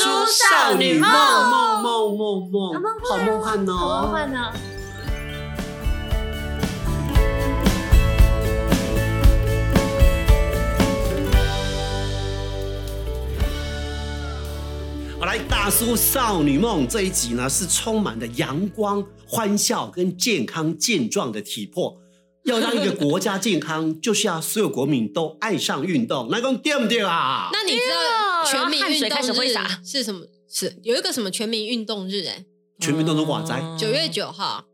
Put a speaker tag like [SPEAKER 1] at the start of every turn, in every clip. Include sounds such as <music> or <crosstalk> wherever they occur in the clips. [SPEAKER 1] 少女梦
[SPEAKER 2] 梦梦梦
[SPEAKER 1] 啊
[SPEAKER 2] 梦
[SPEAKER 1] 梦，
[SPEAKER 2] 好梦幻哦！
[SPEAKER 1] 好梦幻呢。
[SPEAKER 2] 好来，大叔少女梦这一集呢，是充满了阳光、欢笑跟健康健壮的体魄。要让一个国家健康，就是要所有国民都爱上运动，那讲对不对啊？
[SPEAKER 3] 那你知道全民
[SPEAKER 4] 然后汗
[SPEAKER 3] 运
[SPEAKER 4] 水开始
[SPEAKER 3] 动
[SPEAKER 4] 挥
[SPEAKER 3] 日
[SPEAKER 4] 洒
[SPEAKER 3] 是什么？是有一个什么全民运动日、哎，
[SPEAKER 2] 全民都能瓦灾，
[SPEAKER 3] 九月九号。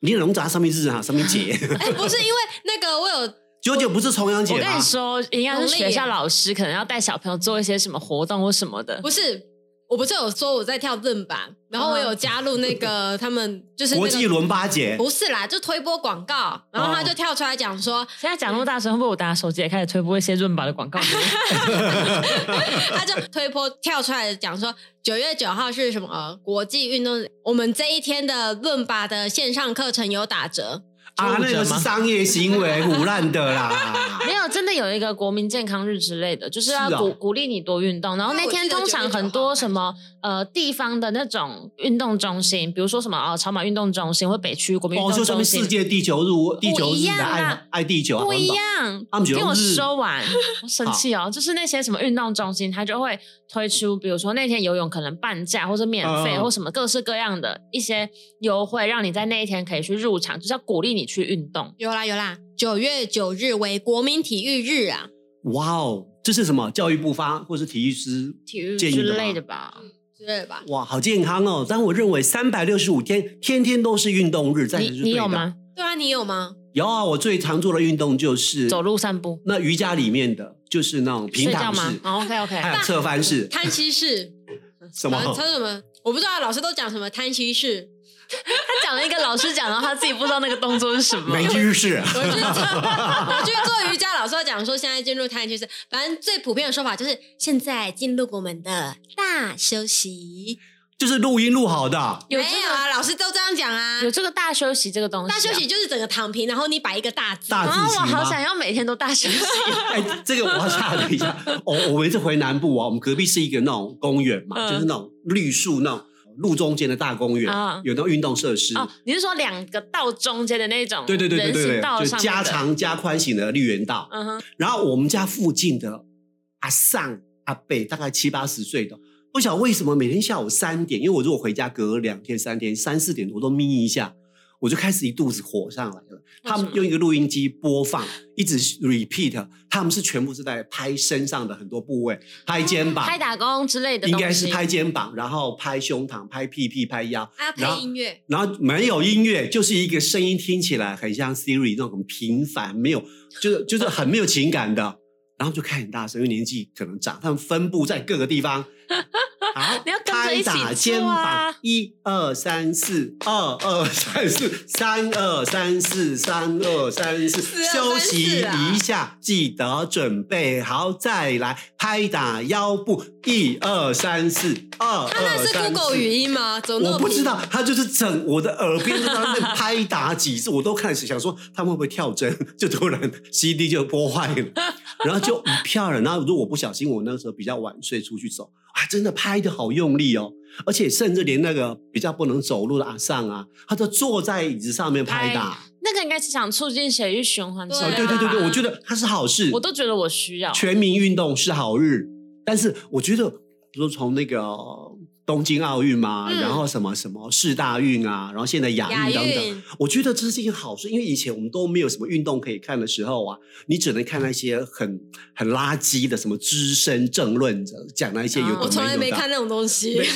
[SPEAKER 2] 你龙杂上面日啊，上面节，
[SPEAKER 3] 哎、不是因为那个我有
[SPEAKER 2] 九九不是重阳节
[SPEAKER 4] 我跟
[SPEAKER 2] 吗
[SPEAKER 4] 你？说，应该是学校老师可能要带小朋友做一些什么活动或什么的。
[SPEAKER 3] 不是，我不是有说我在跳正版，然后我有加入
[SPEAKER 2] <laughs>
[SPEAKER 3] 那个他们就是、那
[SPEAKER 2] 国
[SPEAKER 3] 个、
[SPEAKER 2] 际伦巴节，
[SPEAKER 3] 不是啦，就推播广告，然后他就跳出来
[SPEAKER 2] <laughs>
[SPEAKER 3] 讲说，
[SPEAKER 4] 现在讲那么大声，会不会我打手机也开始推播一些润宝的
[SPEAKER 3] <laughs>
[SPEAKER 4] 广告给我？
[SPEAKER 3] 他就推播跳出来讲说，九月九号是什么、呃国际运动日？我们这一天的论吧的线上课程有打折，
[SPEAKER 2] 啊，那个是商业行为，腐烂的啦。
[SPEAKER 4] <laughs> 没有，真的有一个国民健康日之类的，就是要
[SPEAKER 2] 是啊
[SPEAKER 4] 鼓、鼓励你多运动。然后那天通常很多什么呃地方的那种运动中心，比如说什么哦超马运动中心或北区国民运
[SPEAKER 2] 哦，就
[SPEAKER 4] 动
[SPEAKER 2] 上面
[SPEAKER 4] 中心，
[SPEAKER 2] 世界地球日，地球
[SPEAKER 4] 不一
[SPEAKER 2] 日
[SPEAKER 4] 样
[SPEAKER 2] 的
[SPEAKER 4] 啦
[SPEAKER 2] 爱爱地球，
[SPEAKER 4] 不一
[SPEAKER 2] 环
[SPEAKER 4] 样啊
[SPEAKER 2] <laughs> 他们。觉得
[SPEAKER 4] 听我
[SPEAKER 2] 日
[SPEAKER 4] 说完，我生气哦。就是那些什么运动中心，它就会推出，比如说那天游泳可能半价或者免费，
[SPEAKER 2] 嗯
[SPEAKER 4] 或什么各式各样的一些优惠，让你在那一天可以去入场，就是要鼓励你去运动。
[SPEAKER 3] 有啦有啦，九月九日为国民体育日啊，
[SPEAKER 2] 保。哇哦，这是什么？教育部发或是体育师
[SPEAKER 4] 体育
[SPEAKER 2] 建议
[SPEAKER 4] 之
[SPEAKER 2] 吗
[SPEAKER 4] 类的吧，
[SPEAKER 3] 之类的吧？
[SPEAKER 2] 哇，好健康哦！但我认为三百六十五天，天天都是运动日，这样
[SPEAKER 4] 你
[SPEAKER 2] 才是
[SPEAKER 4] 你
[SPEAKER 2] 对
[SPEAKER 4] 有
[SPEAKER 2] 的？
[SPEAKER 4] 吗？
[SPEAKER 3] 对啊，你有吗？
[SPEAKER 2] 有啊，我最常做的运动就是
[SPEAKER 4] 走。路散步，
[SPEAKER 2] 那瑜伽里面的就是那种平
[SPEAKER 4] 睡觉
[SPEAKER 2] 躺
[SPEAKER 4] 吗哦哎
[SPEAKER 2] 式，<laughs>
[SPEAKER 4] ？OK OK，
[SPEAKER 2] 还有侧翻式，
[SPEAKER 3] 贪息式，
[SPEAKER 4] 嗯
[SPEAKER 2] 什么
[SPEAKER 3] 反？正他什么？我不知道，老师都讲什么贪
[SPEAKER 2] <laughs>
[SPEAKER 3] 息式，
[SPEAKER 4] 他讲了一个老师讲，然后他自己不知道那个动作是什么
[SPEAKER 2] 没。知识。
[SPEAKER 4] 嗯
[SPEAKER 3] 我去做，我去做瑜伽，老师有讲说现在进入太极式，反正最普遍的说法就是现在进入我们的大休息。
[SPEAKER 2] <laughs> 就是录音录好的，
[SPEAKER 4] 有
[SPEAKER 3] 没
[SPEAKER 4] 这个
[SPEAKER 3] 有啊，老师都这样讲啊
[SPEAKER 4] 有。这个大休息这个东西啊，
[SPEAKER 3] 大休息就是整个躺平，然后你摆一个大字。
[SPEAKER 2] 大
[SPEAKER 4] 啊，
[SPEAKER 2] 自习
[SPEAKER 4] 我好
[SPEAKER 2] 吗
[SPEAKER 4] 想要每天都大休息。
[SPEAKER 2] 哎，这个我要插了一下。我 <laughs> 我每次回南部啊，我们隔壁是一个那种公园嘛，
[SPEAKER 4] 嗯
[SPEAKER 2] 就是那种绿树那种路中间的大公园，
[SPEAKER 4] 啊
[SPEAKER 2] 有那种运动设施。
[SPEAKER 4] 哦，你是说两个道中间的那种？
[SPEAKER 2] 对对对对
[SPEAKER 4] 人行
[SPEAKER 2] 对
[SPEAKER 4] 道
[SPEAKER 2] 对，就
[SPEAKER 4] 上面
[SPEAKER 2] 加。
[SPEAKER 4] 的
[SPEAKER 2] 长加宽型的绿园道。
[SPEAKER 4] 嗯哼，
[SPEAKER 2] 然后我们家附近的阿上阿贝，大概七八十岁的，不晓得为什么每天下午三点，因为我如果回家隔两天三天三四点多都眯一下，我就开始一肚子火上来了。他们用一个录音机播放，一直 repeat，他们是全部是在拍身上的很多部位，拍肩膀，
[SPEAKER 4] 拍打工之类的
[SPEAKER 2] 应
[SPEAKER 4] 东西，
[SPEAKER 2] 该是拍肩膀，然后拍胸膛、拍屁屁、拍腰，
[SPEAKER 3] 啊，配
[SPEAKER 2] 然后
[SPEAKER 3] 音乐，
[SPEAKER 2] 然后没有音乐，就是一个声音听起来很像 Siri 那种很平凡，没有，就是就是很没有情感的。然后就开很大声，因为年纪可能长，他们分布在各个地
[SPEAKER 4] <laughs>
[SPEAKER 2] 方。好，
[SPEAKER 4] 你要跟着
[SPEAKER 2] 拍
[SPEAKER 4] 一起
[SPEAKER 2] 打肩
[SPEAKER 4] 做啊
[SPEAKER 2] 膀，一二三四，二二三四，三二三四，三二三四，休
[SPEAKER 3] 三四
[SPEAKER 2] 息
[SPEAKER 3] 啊
[SPEAKER 2] 一下，记得准备好再来拍打腰部，一二三四，二二
[SPEAKER 3] 他那
[SPEAKER 2] 三
[SPEAKER 3] 是
[SPEAKER 2] 四。
[SPEAKER 3] Google 语音吗？怎么那
[SPEAKER 2] 呃
[SPEAKER 3] 么
[SPEAKER 2] 我不
[SPEAKER 3] 平
[SPEAKER 2] 知道，他就是整我的耳边就在那边拍打几次，我都开始想说他们会不会跳针， <laughs> 就突然 CD 就播坏了，然后就一票人。然后如果我不小心，我那时候比较晚睡出去走，啊，真的拍的好用力哦，而且甚至连那个比较不能走路的阿尚啊，他就坐在椅子上面拍打。
[SPEAKER 4] 那个应该是想促进血液循环之类
[SPEAKER 2] 哦
[SPEAKER 4] 的吧。
[SPEAKER 2] 对对对对，
[SPEAKER 3] 啊
[SPEAKER 2] 我觉得他是好事，
[SPEAKER 4] 我都觉得我需要。
[SPEAKER 2] 全民运动是好日，但是我觉得，比如说从那个东京奥运嘛，
[SPEAKER 3] 嗯
[SPEAKER 2] 然后什么什么世大运啊，然后现在亚
[SPEAKER 3] 亚
[SPEAKER 2] 运等等，
[SPEAKER 3] 运，
[SPEAKER 2] 我觉得这是一件好事，因为以前我们都没有什么运动可以看的时候啊，你只能看那些很很垃圾的什么资深政论者讲那一些有的
[SPEAKER 4] 啊
[SPEAKER 2] 有
[SPEAKER 3] 我
[SPEAKER 2] 的
[SPEAKER 3] 从来没看那种东西。 <laughs>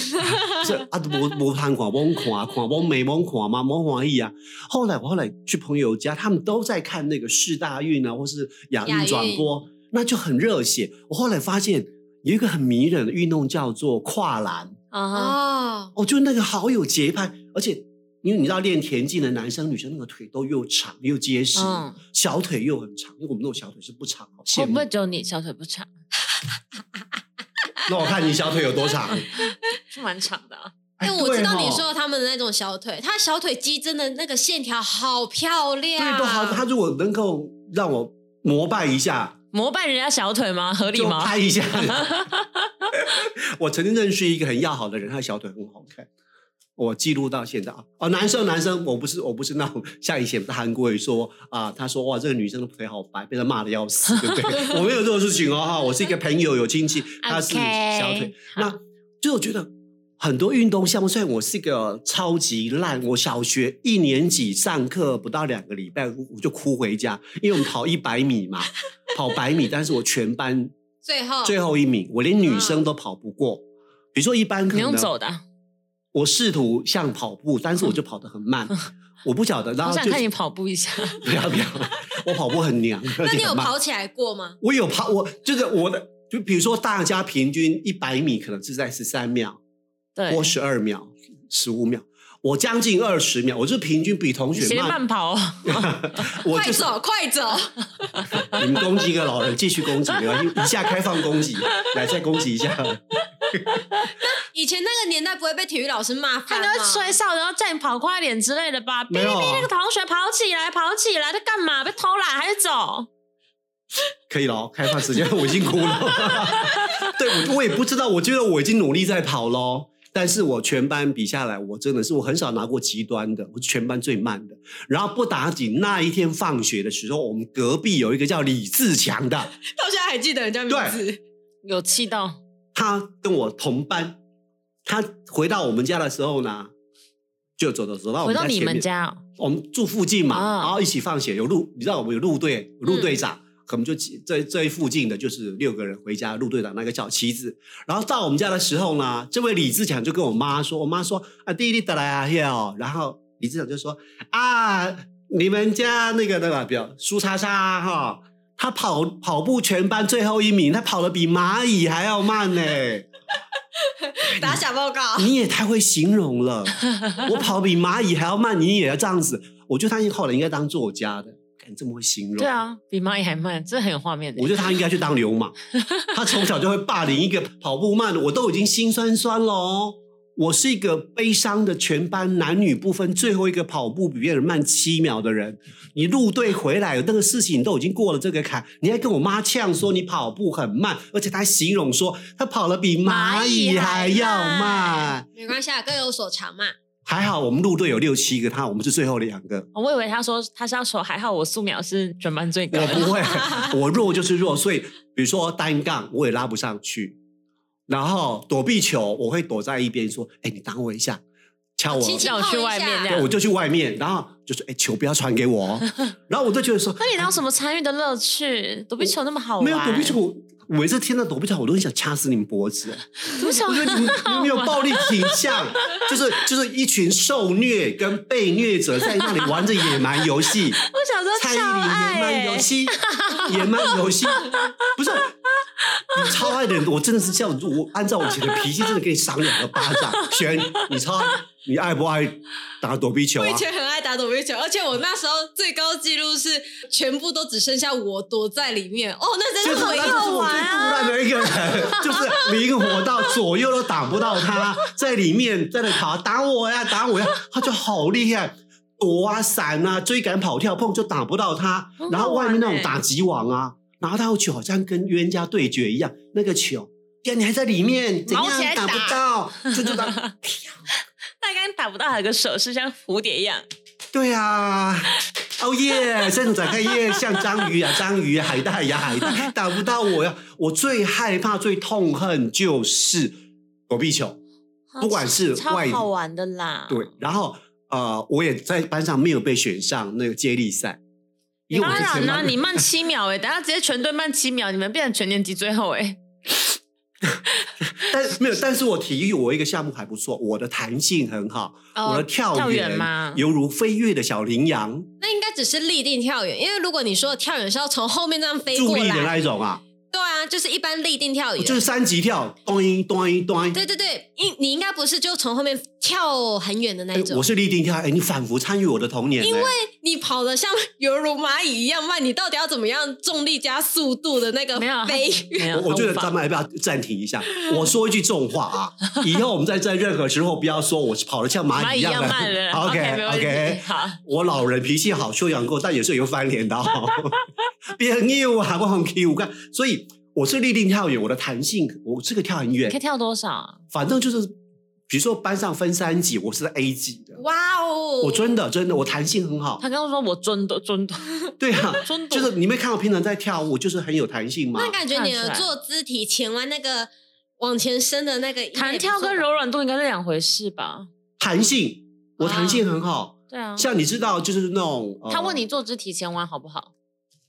[SPEAKER 2] 是啊，都无无看看，懵看看，懵没懵看嘛，懵欢喜啊。后来我后来去朋友家，他们都在看那个世大运啊，或是亚
[SPEAKER 3] 亚
[SPEAKER 2] 运
[SPEAKER 3] 运
[SPEAKER 2] 转播，那就很热血。我后来发现有一个很迷人的运动叫做跨栏，
[SPEAKER 4] 啊哈，
[SPEAKER 3] 哦，
[SPEAKER 2] 哦，就那个好有节拍，而且因为你知道练田径的男生女生那个腿都又长又结实，
[SPEAKER 4] 嗯
[SPEAKER 2] 小腿又很长，因为我们那种小腿是不长，好羡
[SPEAKER 4] 会不
[SPEAKER 2] 慕
[SPEAKER 4] 会。只有你小腿不长？
[SPEAKER 2] 那我看你小腿有多长？
[SPEAKER 3] <laughs>
[SPEAKER 4] 是蛮长的啊。
[SPEAKER 3] 哎，我知道
[SPEAKER 2] 对
[SPEAKER 3] 你
[SPEAKER 2] 哦
[SPEAKER 3] 说他们的那种小腿，他小腿肌真的那个线条好漂亮，
[SPEAKER 2] 对，
[SPEAKER 3] 啊
[SPEAKER 2] 都好。他如果能够让我膜拜一下，
[SPEAKER 4] 膜拜人家小腿吗？合理
[SPEAKER 2] 就
[SPEAKER 4] 吗？
[SPEAKER 2] 拍一下。 <laughs> 我曾经认识一个很要好的人，他的小腿很好看，我记录到现在啊。哦，男生男生，我不是我不是那种像以前不是韩国语说啊，他说哇这个女生的腿好白，被他骂的要死，对不
[SPEAKER 4] <laughs>
[SPEAKER 2] 对？我没有这种事情哦，哈，我是一个朋友有亲戚，他是
[SPEAKER 4] OK，
[SPEAKER 2] 小腿，那就我觉得。很多运动项目，虽然我是一个超级烂，我小学一年级上课不到两个礼拜，我就哭回家，因为我们跑一百米嘛，跑百米，但是我全班
[SPEAKER 3] 最后
[SPEAKER 4] 哦
[SPEAKER 2] 最后一名，我连女生都跑不过。比如说一般可
[SPEAKER 4] 你用
[SPEAKER 2] 能
[SPEAKER 4] 走的啊，
[SPEAKER 2] 我试图像跑步，但是我就跑得很
[SPEAKER 4] <laughs>
[SPEAKER 2] 慢，我不晓得。然
[SPEAKER 4] 好
[SPEAKER 2] 后就
[SPEAKER 4] 啊想看你跑步一下。
[SPEAKER 2] <laughs> 不要不要，我跑步很
[SPEAKER 4] <laughs>
[SPEAKER 2] 娘，而
[SPEAKER 3] 那你
[SPEAKER 2] 且
[SPEAKER 3] 有
[SPEAKER 2] 很慢。
[SPEAKER 3] 跑起来过吗？
[SPEAKER 2] 我有跑，我就是我的，就比如说大家平均一百米可能是在十三秒
[SPEAKER 4] 对，
[SPEAKER 2] 或十二秒、十五秒，我将近二十秒，我就平均比同
[SPEAKER 4] 你
[SPEAKER 2] 学
[SPEAKER 4] 前面
[SPEAKER 2] 慢。
[SPEAKER 4] 慢跑哦，
[SPEAKER 2] 我
[SPEAKER 3] 快
[SPEAKER 2] 就是
[SPEAKER 3] 走，快走！
[SPEAKER 2] <laughs> 你们攻击一个老人，继续攻击，没关系，一下开放攻击，来再攻击一下。
[SPEAKER 3] 以前那个年代不会被体育老师骂
[SPEAKER 4] 他
[SPEAKER 3] 翻
[SPEAKER 4] 应
[SPEAKER 3] 吗
[SPEAKER 4] 该？会吹哨，然后叫你跑快点之类的吧？哔
[SPEAKER 2] 没
[SPEAKER 4] 哔
[SPEAKER 2] 有啊
[SPEAKER 4] 哔，那个同学跑起来，跑起来，在干嘛？被偷懒还是走？
[SPEAKER 2] 可以了哦，开放时间我已经哭
[SPEAKER 4] <laughs>
[SPEAKER 2] 了。对，我我也不知道，我觉得我已经努力在跑喽。但是我全班比下来，我真的是我很少拿过极端的，我是全班最慢的。然后不打紧，那一天放学的时候，我们隔壁有一个叫李志强的，
[SPEAKER 3] 到现在还记得人家名字，
[SPEAKER 4] 有气到
[SPEAKER 2] 他跟我同班。他回到我们家的时候呢，就走走走到我
[SPEAKER 4] 回
[SPEAKER 2] 们家
[SPEAKER 4] 到你
[SPEAKER 2] 前
[SPEAKER 4] 们
[SPEAKER 2] 面，
[SPEAKER 4] 家哦，
[SPEAKER 2] 我们住附近嘛，
[SPEAKER 4] 啊
[SPEAKER 2] 然后一起放学有路，你知道我们有路队，有路队长，可能就几这这一附近的就是六个人回家，路队长那个小旗子。然后到我们家的时候呢，这位李志强就跟我妈说，我妈说啊弟弟的来啊嘿哦，然后李志强就说啊你们家那个那个表苏叉叉哈。他跑跑步全班最后一名，他跑得比蚂蚁还要慢呢、
[SPEAKER 3] 打小报告。
[SPEAKER 2] 你也太会形容
[SPEAKER 4] <laughs>
[SPEAKER 2] 了，我跑比蚂蚁还要慢，你也要这样子。我觉得他后来应该当作家的，看这么会形容。
[SPEAKER 4] 对，啊，比蚂蚁还慢，这很有画面
[SPEAKER 2] 嗯
[SPEAKER 4] 的
[SPEAKER 2] 我。觉得他应该去当流
[SPEAKER 4] <laughs>
[SPEAKER 2] 氓。他从小就会霸凌一个跑步慢的，我都已经心酸酸了哦。我是一个悲伤的全班男女不分最后一个跑步比别人慢七秒的人。你入队回来，那个事情都已经过了这个坎，你还跟我妈呛说你跑步很慢，而且他还形容说他跑得比蚂蚁还要慢。
[SPEAKER 3] 没关系啊，各有所长嘛。
[SPEAKER 2] 还好我们路队有六七个他，我们是最后两
[SPEAKER 4] <laughs>
[SPEAKER 2] 个。
[SPEAKER 4] 哦我以为他说他是要说还好我素描是全班最高
[SPEAKER 2] 我
[SPEAKER 4] 的，
[SPEAKER 2] 不会，我弱就是弱，所以比如说单杠我也拉不上去，然后躲避球我会躲在一边说：“哎，你挡我一下，敲我。
[SPEAKER 3] 轻轻
[SPEAKER 4] 叫我去外面这
[SPEAKER 2] 对
[SPEAKER 4] 样
[SPEAKER 2] 我就去外面，然后就说：“哎，球不要传给
[SPEAKER 4] <laughs>
[SPEAKER 2] 我。”哦。然后我就觉得说
[SPEAKER 4] <laughs> 那你有什么参与的乐趣？躲避球那么好：“玩，
[SPEAKER 2] 没有躲避，球，我每次听到躲避球，我都很想掐死你们脖子。”
[SPEAKER 4] <laughs> 躲避球
[SPEAKER 2] 我觉得你们你们没有暴力倾向，就是就是一群受虐跟被虐者在那里玩着野蛮游戏。
[SPEAKER 4] <laughs> 我小时候
[SPEAKER 2] 蔡依
[SPEAKER 4] 超
[SPEAKER 2] 林野
[SPEAKER 4] 爱、
[SPEAKER 2] 蛮
[SPEAKER 4] 欸
[SPEAKER 2] 游，戏，野蛮游戏，不是啊你超爱的人，我真的是这样，我按照我以前的脾气，真的给你赏两个巴掌。璇，你超爱，你爱不爱打躲避球
[SPEAKER 3] 我以
[SPEAKER 2] 啊？
[SPEAKER 3] 前很爱打躲避球，而且我那时候最高纪录是全部都只剩下我躲在里面。哦，那
[SPEAKER 2] 就
[SPEAKER 3] 真
[SPEAKER 2] 是
[SPEAKER 3] 是
[SPEAKER 2] 我
[SPEAKER 3] 很
[SPEAKER 2] 那就是
[SPEAKER 3] 好
[SPEAKER 2] 我
[SPEAKER 3] 玩
[SPEAKER 2] 最杜
[SPEAKER 3] 啊！
[SPEAKER 2] 烂的一个人，就是灵活到左右都挡不到他，在里面在那跑打我呀打我呀，他就好厉害。躲啊、闪啊、追赶、跑跳、碰就打不到他
[SPEAKER 4] 很好，
[SPEAKER 2] 然后外面那
[SPEAKER 4] 玩
[SPEAKER 2] 种
[SPEAKER 4] 欸
[SPEAKER 2] 打击网啊，拿到球好像跟冤家对决一样，那个球，呀，你还在里面，怎
[SPEAKER 4] 毛起来
[SPEAKER 2] 样打不到？就就打，
[SPEAKER 4] 大概打不到，还有个手势像蝴蝶一样。
[SPEAKER 2] 对啊，哦耶，这种展开耶，像章鱼啊，章鱼啊，海带呀、海带，打不到我呀、我最害怕、最痛恨就是躲避球，不管是
[SPEAKER 4] 超
[SPEAKER 2] 外
[SPEAKER 4] 好玩的啦，
[SPEAKER 2] 对，，然后呃，我也在班上没有被选上那个接力赛，因为我
[SPEAKER 4] 当
[SPEAKER 2] 是
[SPEAKER 4] 然
[SPEAKER 2] 全
[SPEAKER 4] 啦、
[SPEAKER 2] 班
[SPEAKER 4] 你慢七秒哎、等下直接全队慢七秒，你们变成全年级最后哎、
[SPEAKER 2] 但没有，但是我体育我一个项目还不错，我的弹性很好，
[SPEAKER 4] 哦
[SPEAKER 2] 我的跳
[SPEAKER 4] 跳远吗
[SPEAKER 2] 犹如飞跃的小羚羊，
[SPEAKER 3] 那应该只是立定跳远，因为如果你说的跳远是要从后面这样飞
[SPEAKER 2] 助
[SPEAKER 3] 过
[SPEAKER 2] 力的
[SPEAKER 3] 来，
[SPEAKER 4] 哎
[SPEAKER 2] 那一种啊。
[SPEAKER 3] 对啊，吗？就是一般立定跳远，
[SPEAKER 2] 就是三级跳，咚一咚一咚一。
[SPEAKER 3] 对对对，应你应该不是就从后面跳很远的那一
[SPEAKER 2] 哎
[SPEAKER 3] 种，
[SPEAKER 2] 我是立定跳，哎，你仿佛参与我的童年呢。
[SPEAKER 3] 因为你跑的像犹如蚂蚁一样慢，你到底要怎么样重力加速度的那个
[SPEAKER 4] 没
[SPEAKER 3] <laughs>
[SPEAKER 4] 有
[SPEAKER 3] 飞跃？
[SPEAKER 4] 没有，
[SPEAKER 2] 哎我我觉得
[SPEAKER 4] 无法
[SPEAKER 2] 咱们要不要暂停一下？ <laughs> 我说一句重话啊，以后我们再在任何时候不要说我是跑得像
[SPEAKER 4] 蚂
[SPEAKER 2] 蚂
[SPEAKER 4] 蚁
[SPEAKER 2] 蚁
[SPEAKER 4] 一
[SPEAKER 2] 一样
[SPEAKER 4] 样慢了。
[SPEAKER 2] <laughs> OK
[SPEAKER 4] 没问题
[SPEAKER 2] OK，。
[SPEAKER 4] 好，
[SPEAKER 2] 我老人脾气好，修养够，但也是有翻脸的哦。 <laughs> 别扭啊，我很 Q 干，所以我是立定跳远，我的弹性，我这个跳很
[SPEAKER 4] 可以
[SPEAKER 2] 远，
[SPEAKER 4] 跳多少啊？
[SPEAKER 2] 反正就是，比如说班上分三级，我是 A 级的。
[SPEAKER 3] 哇哦！
[SPEAKER 2] 我真的真的，我弹性很好
[SPEAKER 4] 他。刚刚说我尊多尊多，
[SPEAKER 2] 对啊，
[SPEAKER 4] 尊多
[SPEAKER 2] 就是你没看我平常在跳舞，就是很有弹性嘛
[SPEAKER 3] 那。感觉你
[SPEAKER 4] 看
[SPEAKER 3] 的
[SPEAKER 4] 起来
[SPEAKER 3] 坐姿体前弯那个往前伸的那个应该
[SPEAKER 4] 弹
[SPEAKER 3] 也不
[SPEAKER 4] 跳
[SPEAKER 3] 错
[SPEAKER 4] 跟
[SPEAKER 3] 吧
[SPEAKER 4] 柔软度应该是两回事吧？
[SPEAKER 2] 弹性，
[SPEAKER 4] 啊
[SPEAKER 2] 我弹性很好。
[SPEAKER 4] 对啊。
[SPEAKER 2] 像你知道，就是那种、呃
[SPEAKER 4] 他问你坐姿提前弯好不好？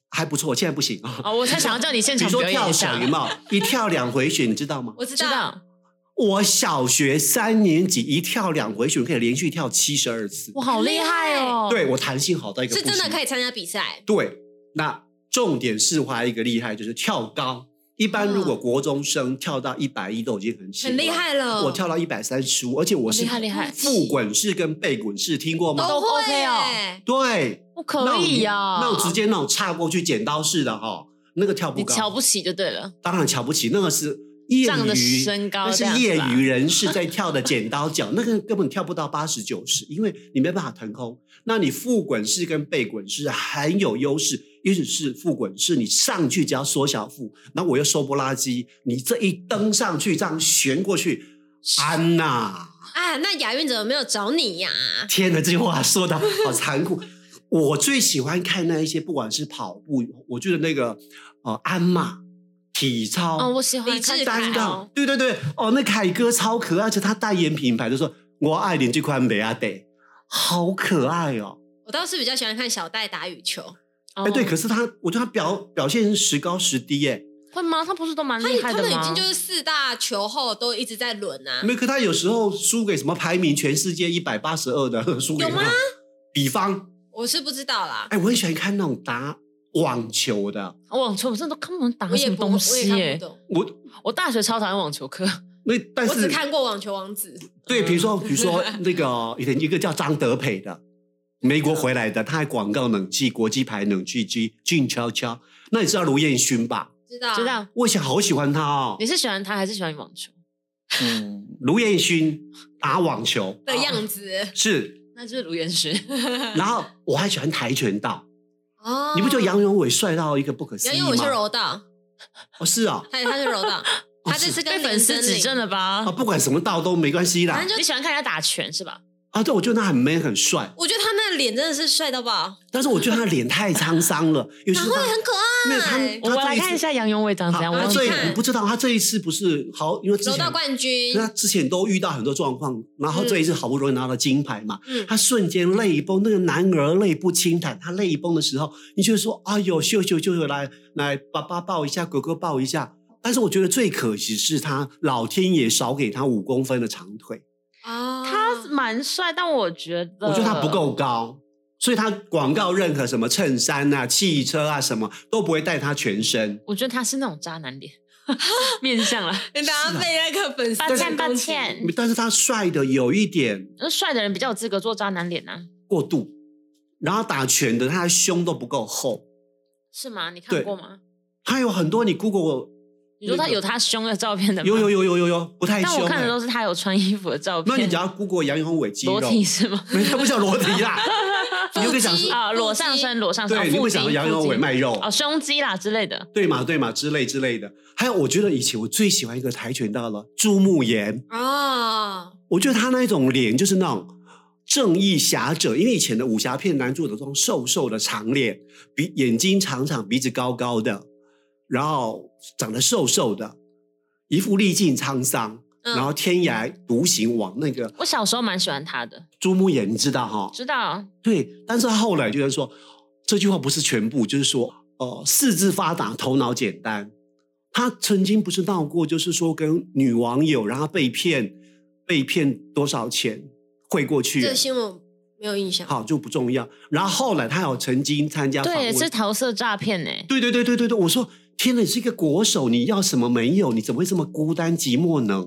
[SPEAKER 2] 还不错，现在不行啊。
[SPEAKER 4] 哦，我才想要叫你现
[SPEAKER 2] 比
[SPEAKER 4] 场
[SPEAKER 2] 如
[SPEAKER 4] 表
[SPEAKER 2] 说
[SPEAKER 4] 演
[SPEAKER 2] 跳
[SPEAKER 4] 一下
[SPEAKER 2] 绳。有没有？一跳两回旋，你知
[SPEAKER 4] <laughs>
[SPEAKER 2] 道吗？
[SPEAKER 3] 我知
[SPEAKER 4] 知
[SPEAKER 3] 道，
[SPEAKER 4] 道，
[SPEAKER 2] 我小学三年级一跳两回旋，可以连续跳七十二次。
[SPEAKER 4] 我好厉害哦！
[SPEAKER 2] 对我弹性好到一个
[SPEAKER 3] 是真的可
[SPEAKER 2] 以。
[SPEAKER 3] 以参加比赛。
[SPEAKER 2] 对，那重点是还有一个厉害就是跳高。一
[SPEAKER 4] 嗯
[SPEAKER 2] 般如果国中生跳到一百一都已经很奇
[SPEAKER 3] 很厉
[SPEAKER 2] 怪了
[SPEAKER 3] 害了，
[SPEAKER 2] 我跳到一百三十五，而且我是
[SPEAKER 4] 哦厉害厉害
[SPEAKER 2] 腹滚式跟背滚式，听过吗？
[SPEAKER 3] 都会
[SPEAKER 4] OK 哦
[SPEAKER 3] 耶
[SPEAKER 2] 对，
[SPEAKER 4] 不可以啊呀，
[SPEAKER 2] 那种直接那种插过去剪刀式的哈、那个跳不
[SPEAKER 4] 你
[SPEAKER 2] 高，
[SPEAKER 4] 瞧不起就对了。
[SPEAKER 2] 当然瞧不起，那个是业
[SPEAKER 4] 仗着
[SPEAKER 2] 余
[SPEAKER 4] 身高
[SPEAKER 2] 那是
[SPEAKER 4] 这样子
[SPEAKER 2] 业
[SPEAKER 4] 吧
[SPEAKER 2] 余人士在跳的剪刀脚， <laughs> 那个根本跳不到八十九十，因为你没办法腾空。那你腹滚式跟背滚式很有优势，尤其是腹滚式，你上去只要缩小腹，然后我又收波拉肌，你这一蹬上去这样旋过去，安呐！
[SPEAKER 3] 啊！那亚运怎么没有找你呀、
[SPEAKER 2] 天哪，这句话说的好残酷。我最喜欢看那一些，不管是跑步，我觉得那个呃鞍马、体操，
[SPEAKER 4] 哦，我喜欢
[SPEAKER 3] 理智
[SPEAKER 4] 看
[SPEAKER 2] 单
[SPEAKER 3] 凯
[SPEAKER 2] 杠，对对对，哦，那凯哥超可爱，而且他代言品牌就说“我爱你这款美阿啊得”，好可爱哦。
[SPEAKER 3] 我倒是比较喜欢看小戴打羽球，
[SPEAKER 4] 哦
[SPEAKER 2] 哎、对，可是他，我觉得他表表现时高时低耶。
[SPEAKER 4] 会吗？他不是都蛮
[SPEAKER 3] 他
[SPEAKER 4] 厉害
[SPEAKER 3] 他
[SPEAKER 4] 的
[SPEAKER 3] 们已
[SPEAKER 4] 吗
[SPEAKER 3] 经就？是四大球后都一直在轮啊
[SPEAKER 2] 没，有，可他有时候输给什么排名全世界一百八十二的输给
[SPEAKER 3] 有吗
[SPEAKER 2] 他？比方，
[SPEAKER 3] 我是不知道啦。
[SPEAKER 2] 哎、我很喜欢看那种打网球的。
[SPEAKER 4] 网球我真的都看不懂打
[SPEAKER 3] 我也
[SPEAKER 4] 什么
[SPEAKER 3] 不，
[SPEAKER 4] 东
[SPEAKER 3] 我也
[SPEAKER 4] 西
[SPEAKER 3] 看
[SPEAKER 4] 耶
[SPEAKER 3] 不。懂，
[SPEAKER 2] 我
[SPEAKER 4] 我大学超讨厌网球课，
[SPEAKER 2] 那但
[SPEAKER 3] 我只
[SPEAKER 2] 是
[SPEAKER 3] 看过《网球王子》。
[SPEAKER 2] 对，
[SPEAKER 4] 嗯
[SPEAKER 2] 比如说比如说那个以前一个叫张德培的，美国回来的，他还广告冷气国际牌冷气机静悄悄。那你知道卢彦勋吧？
[SPEAKER 3] 知道
[SPEAKER 4] 知，道？
[SPEAKER 2] 我以前好喜欢他哦
[SPEAKER 4] 你，是喜欢他还是喜欢网球？
[SPEAKER 2] 嗯，卢彦勋打网球
[SPEAKER 4] 哦
[SPEAKER 3] 的样子
[SPEAKER 2] 是，
[SPEAKER 4] 那就是卢彦勋。
[SPEAKER 2] 然后我还喜欢跆拳道。
[SPEAKER 3] 嗯哦
[SPEAKER 2] 你不觉得杨永伟帅到一个不可思
[SPEAKER 3] 杨
[SPEAKER 2] 议
[SPEAKER 3] 佑
[SPEAKER 2] 吗
[SPEAKER 3] 我？是柔道，
[SPEAKER 2] 哦，是啊，
[SPEAKER 3] 他他是柔
[SPEAKER 4] <laughs>
[SPEAKER 3] 道，
[SPEAKER 2] 哦
[SPEAKER 3] 他这次
[SPEAKER 4] <laughs> 被
[SPEAKER 3] 跟
[SPEAKER 4] 粉丝指
[SPEAKER 3] 真
[SPEAKER 4] 正了吧
[SPEAKER 2] 啊，？不管什么道都没关系啦
[SPEAKER 3] 反。正就
[SPEAKER 4] 你喜欢看人家打拳是吧？
[SPEAKER 2] 啊，对，我觉得他很 man 很帅，
[SPEAKER 3] 我觉得他那脸真的是帅到爆，
[SPEAKER 2] 但是我觉得他的脸太沧桑了，尤其
[SPEAKER 3] 然
[SPEAKER 2] 是
[SPEAKER 3] 后
[SPEAKER 2] 他
[SPEAKER 3] 也很可
[SPEAKER 2] 没有
[SPEAKER 3] 爱。
[SPEAKER 4] 我
[SPEAKER 2] 他
[SPEAKER 4] 我
[SPEAKER 2] 这
[SPEAKER 4] 来
[SPEAKER 2] 一次
[SPEAKER 4] 看一下杨永伟长怎样。
[SPEAKER 2] 好
[SPEAKER 4] 我
[SPEAKER 2] 他
[SPEAKER 3] 要
[SPEAKER 4] 要
[SPEAKER 2] 这
[SPEAKER 4] 去
[SPEAKER 2] 一
[SPEAKER 3] 看
[SPEAKER 2] 我
[SPEAKER 4] 看。
[SPEAKER 2] 不知道他这一次不是好，因为之前
[SPEAKER 3] 柔道冠军，
[SPEAKER 4] 啊
[SPEAKER 2] 他之前都遇到很多状况，然后这一次好不容易拿到金牌嘛，
[SPEAKER 3] 嗯
[SPEAKER 2] 他瞬间泪崩，那个男儿泪不轻弹。他泪崩的时候，你就会说：“哎呦，秀秀秀秀，来来，爸爸抱一下，哥哥抱一下。”但是我觉得最可惜是他老天爷少给他五公分的长腿，
[SPEAKER 3] 啊，
[SPEAKER 4] 他蛮帅，但我觉得
[SPEAKER 2] 我觉得他不够高，所以他广告认可什么衬衫啊、汽车啊什么都不会带他全身。
[SPEAKER 4] 我觉得他是那种渣男脸 <laughs> 面相啊啦。
[SPEAKER 3] 大家被那个粉丝
[SPEAKER 4] 抱歉
[SPEAKER 3] 攻
[SPEAKER 4] 抱
[SPEAKER 3] 击
[SPEAKER 4] 歉，
[SPEAKER 2] 但是他帅的有一点
[SPEAKER 4] 那帅的人比较有资格做渣男脸呐，
[SPEAKER 2] 过度，然后打拳的他的胸都不够厚。
[SPEAKER 4] 是吗？你
[SPEAKER 2] 对
[SPEAKER 4] 看过吗？
[SPEAKER 2] 他有很多你 Google 我
[SPEAKER 4] 你说他
[SPEAKER 2] 那个
[SPEAKER 4] 有他胸的照片的吗？
[SPEAKER 2] 有有有有有有不太
[SPEAKER 4] 但
[SPEAKER 2] 凶、
[SPEAKER 4] 我看的
[SPEAKER 2] 欸
[SPEAKER 4] 都。是他有穿衣服的照片。
[SPEAKER 2] 那你只要 Google 杨永伟肌
[SPEAKER 4] 裸
[SPEAKER 2] 肉，
[SPEAKER 4] 体是 <laughs> 吗？
[SPEAKER 2] 没他不叫裸体
[SPEAKER 4] <laughs>
[SPEAKER 2] 啦，你就可以想说，
[SPEAKER 4] 啊，裸上身，裸上身，
[SPEAKER 2] 对，
[SPEAKER 4] 哦
[SPEAKER 2] 你
[SPEAKER 4] 腹
[SPEAKER 2] 会
[SPEAKER 4] 肌
[SPEAKER 2] 想到杨
[SPEAKER 4] 腹
[SPEAKER 2] 永
[SPEAKER 4] 肌
[SPEAKER 2] 伟卖肉，
[SPEAKER 4] 哦，胸肌啦之类的。
[SPEAKER 2] 对嘛对嘛之类之类的。还有，我觉得以前我最喜欢一个跆拳道了，朱慕炎，
[SPEAKER 3] 啊，
[SPEAKER 2] 我觉得他那一种脸就是那种。正义侠者，因为以前的武侠片男主角都是瘦瘦的长脸，鼻眼睛长长，鼻子高高的，然后长得瘦瘦的，一副历尽沧桑，
[SPEAKER 3] 嗯
[SPEAKER 2] 然后天涯独行往那个
[SPEAKER 4] 我小时候蛮喜欢他的，
[SPEAKER 2] 朱木炎，你知道哈、
[SPEAKER 4] 知道？
[SPEAKER 2] 对，但是后来就是说，这句话不是全部，就是说，呃，四肢发达，头脑简单。他曾经不是闹过，就是说跟女网友，然后被骗，被骗多少钱汇过去
[SPEAKER 3] 这个，新闻没有印象。
[SPEAKER 2] 好就不重要。然后后来他有曾经参加访
[SPEAKER 4] 对，
[SPEAKER 2] 问，
[SPEAKER 4] 是桃色诈骗呢、欸
[SPEAKER 2] 对对对对对对，我说天哪，你是一个国手，你要什么没有？你怎么会这么孤单寂寞呢？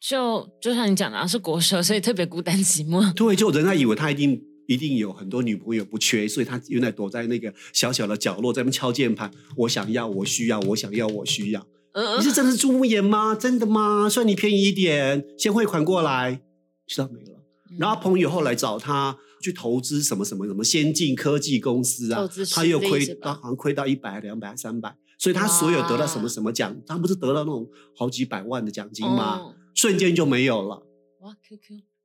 [SPEAKER 4] 就就像你讲的、啊，是国手，所以特别孤单寂寞。
[SPEAKER 2] 对，就人家以为他一定一定有很多女朋友不缺，所以他原来躲在那个小小的角落，在那边敲键盘。我想要，我需要，我想要，我需要。
[SPEAKER 4] <laughs> 嗯
[SPEAKER 2] 你，是真的是猪眼吗？真的吗？算你便宜一点，先汇款过来，知道没有了。
[SPEAKER 4] 嗯
[SPEAKER 2] 然后朋友后来找他去投资什么什么什么先进科技公司啊
[SPEAKER 4] 投资，实
[SPEAKER 2] 他又
[SPEAKER 4] 力
[SPEAKER 2] 亏
[SPEAKER 4] 是吧
[SPEAKER 2] 到好像亏到一百、两百、三百，所以他所有得到什么什么奖，他不是得到那种好几百万的奖金吗？
[SPEAKER 4] 哦
[SPEAKER 2] 瞬间就没有了。
[SPEAKER 4] 哇，QQ，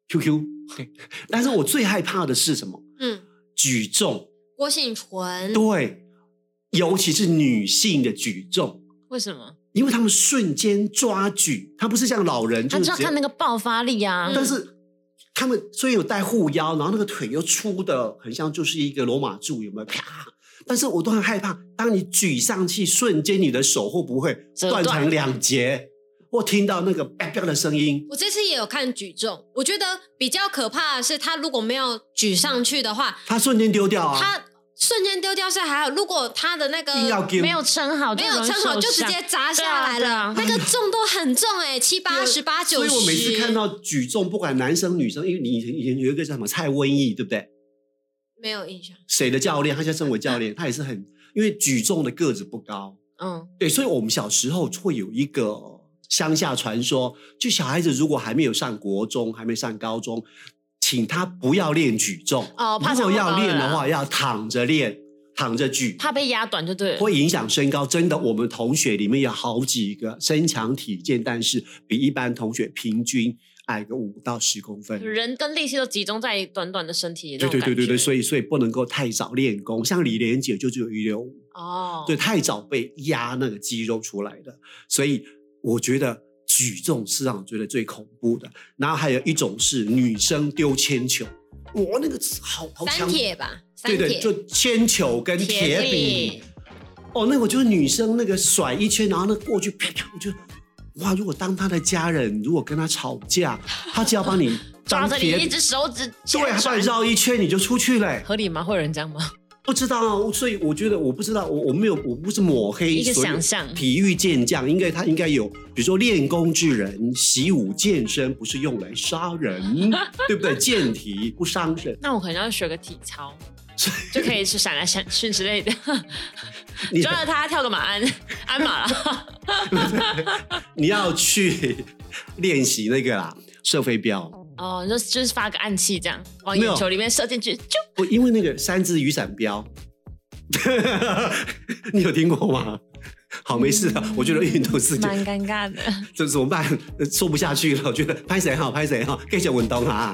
[SPEAKER 2] QQ，对，但是我最害怕的是什么？
[SPEAKER 3] 嗯，
[SPEAKER 2] 举重，
[SPEAKER 3] 郭幸存，
[SPEAKER 2] 对，尤其是女性的举重，
[SPEAKER 4] 为什么？
[SPEAKER 2] 因为他们瞬间抓举，他不是像老人，
[SPEAKER 4] 他
[SPEAKER 2] 就是
[SPEAKER 4] 就要
[SPEAKER 2] 直接
[SPEAKER 4] 看那个爆发力啊。
[SPEAKER 3] 嗯
[SPEAKER 2] 但是他们虽然有带护腰，然后那个腿又粗的很像就是一个罗马柱，有没有？啪！但是我都很害怕，当你举上去瞬间，你的手会不会
[SPEAKER 4] 折
[SPEAKER 2] 断
[SPEAKER 4] 断
[SPEAKER 2] 成两截？或听到那个啪啪的声音，
[SPEAKER 3] 我这次也有看举重，我觉得比较可怕的是他如果没有举上去的话，
[SPEAKER 2] 他瞬间丢掉啊！
[SPEAKER 3] 他瞬间丢掉是还好，如果他的那个
[SPEAKER 2] 硬要给
[SPEAKER 4] 没有撑好，
[SPEAKER 3] 没有撑好，就直接砸下来
[SPEAKER 4] 对
[SPEAKER 3] 了。
[SPEAKER 4] 啊对
[SPEAKER 3] 那
[SPEAKER 4] 啊
[SPEAKER 3] 个重都很重哎、七八十八九
[SPEAKER 2] 所
[SPEAKER 3] 十。
[SPEAKER 2] 以我每次看到举重，不管男生女生，因为你以前以前有一个叫什么蔡瘟疫，对不对？
[SPEAKER 3] 没有印象，
[SPEAKER 2] 谁的教练？他现在身为教练，他也是很因为举重的个子不高，
[SPEAKER 4] 嗯，
[SPEAKER 2] 对，所以我们小时候会有一个乡下传说，就小孩子如果还没有上国中，还没上高中，请他不要练举重
[SPEAKER 4] 哦怕
[SPEAKER 2] 如果
[SPEAKER 4] 长不
[SPEAKER 2] 要
[SPEAKER 4] 高
[SPEAKER 2] 练的
[SPEAKER 4] 了
[SPEAKER 2] 话，要躺着练，躺着举。
[SPEAKER 4] 怕被压短就对了。
[SPEAKER 2] 会影响身高，真的，我们同学里面有好几个身强体健，但是比一般同学平均矮个五到十公分。
[SPEAKER 4] 人跟力气都集中在短短的身体，
[SPEAKER 2] 对对对对对，所
[SPEAKER 4] 以
[SPEAKER 2] 以所以不能够太早练功，像李连杰就是有一六五，
[SPEAKER 4] 哦，
[SPEAKER 2] 对，，太早被压那个肌肉出来的，所以我觉得举重是让我觉得最恐怖的。然后还有一种是女生丢铅球，我那个好好
[SPEAKER 3] 三
[SPEAKER 2] 强，
[SPEAKER 3] 铁吧，三
[SPEAKER 2] 对对，
[SPEAKER 3] 铁
[SPEAKER 2] 就铅球跟铁
[SPEAKER 4] 铁
[SPEAKER 2] 饼
[SPEAKER 4] 饼，
[SPEAKER 2] 哦，那我就是女生那个甩一圈，然后那过去啪啪，我就哇，如果当她的家人如果跟她吵
[SPEAKER 4] <laughs>
[SPEAKER 2] 架，她只要帮你
[SPEAKER 4] 抓
[SPEAKER 2] 当
[SPEAKER 4] 着你
[SPEAKER 2] 铁
[SPEAKER 4] 一。只手指，
[SPEAKER 2] 对，啊她帮你绕一圈，你就出去嘞、
[SPEAKER 4] 合理吗？会有人这
[SPEAKER 2] <laughs>
[SPEAKER 4] 样吗？
[SPEAKER 2] 不知道，啊所以我觉得我不知道，我我没有，我不是抹黑
[SPEAKER 4] 一个
[SPEAKER 2] 所有
[SPEAKER 4] 想象
[SPEAKER 2] 体育健将应该他应该有，比如说练功之人，习武健身不是用来杀
[SPEAKER 4] <laughs>
[SPEAKER 2] 人，对不对？健体不伤人。
[SPEAKER 4] 那我可能要学个体操，就可以去闪来闪去之类的。
[SPEAKER 2] 你
[SPEAKER 4] 抓着他跳个马鞍，鞍马
[SPEAKER 2] <laughs>
[SPEAKER 4] 啦。
[SPEAKER 2] 你要去 <laughs> 练习那个啦，射飞镖，
[SPEAKER 4] 哦，就就是发个暗器这样，往
[SPEAKER 2] 没
[SPEAKER 4] 眼
[SPEAKER 2] 有
[SPEAKER 4] 球里面射进去，就
[SPEAKER 2] 不，哦因为那个三支雨伞镖， <laughs> 你有听过吗？好，没事的，我觉得运动是件
[SPEAKER 4] 蛮尴尬的。
[SPEAKER 2] 这怎么办？呃说不下去了，我觉得拍谁好，拍谁好，可以讲文东啊。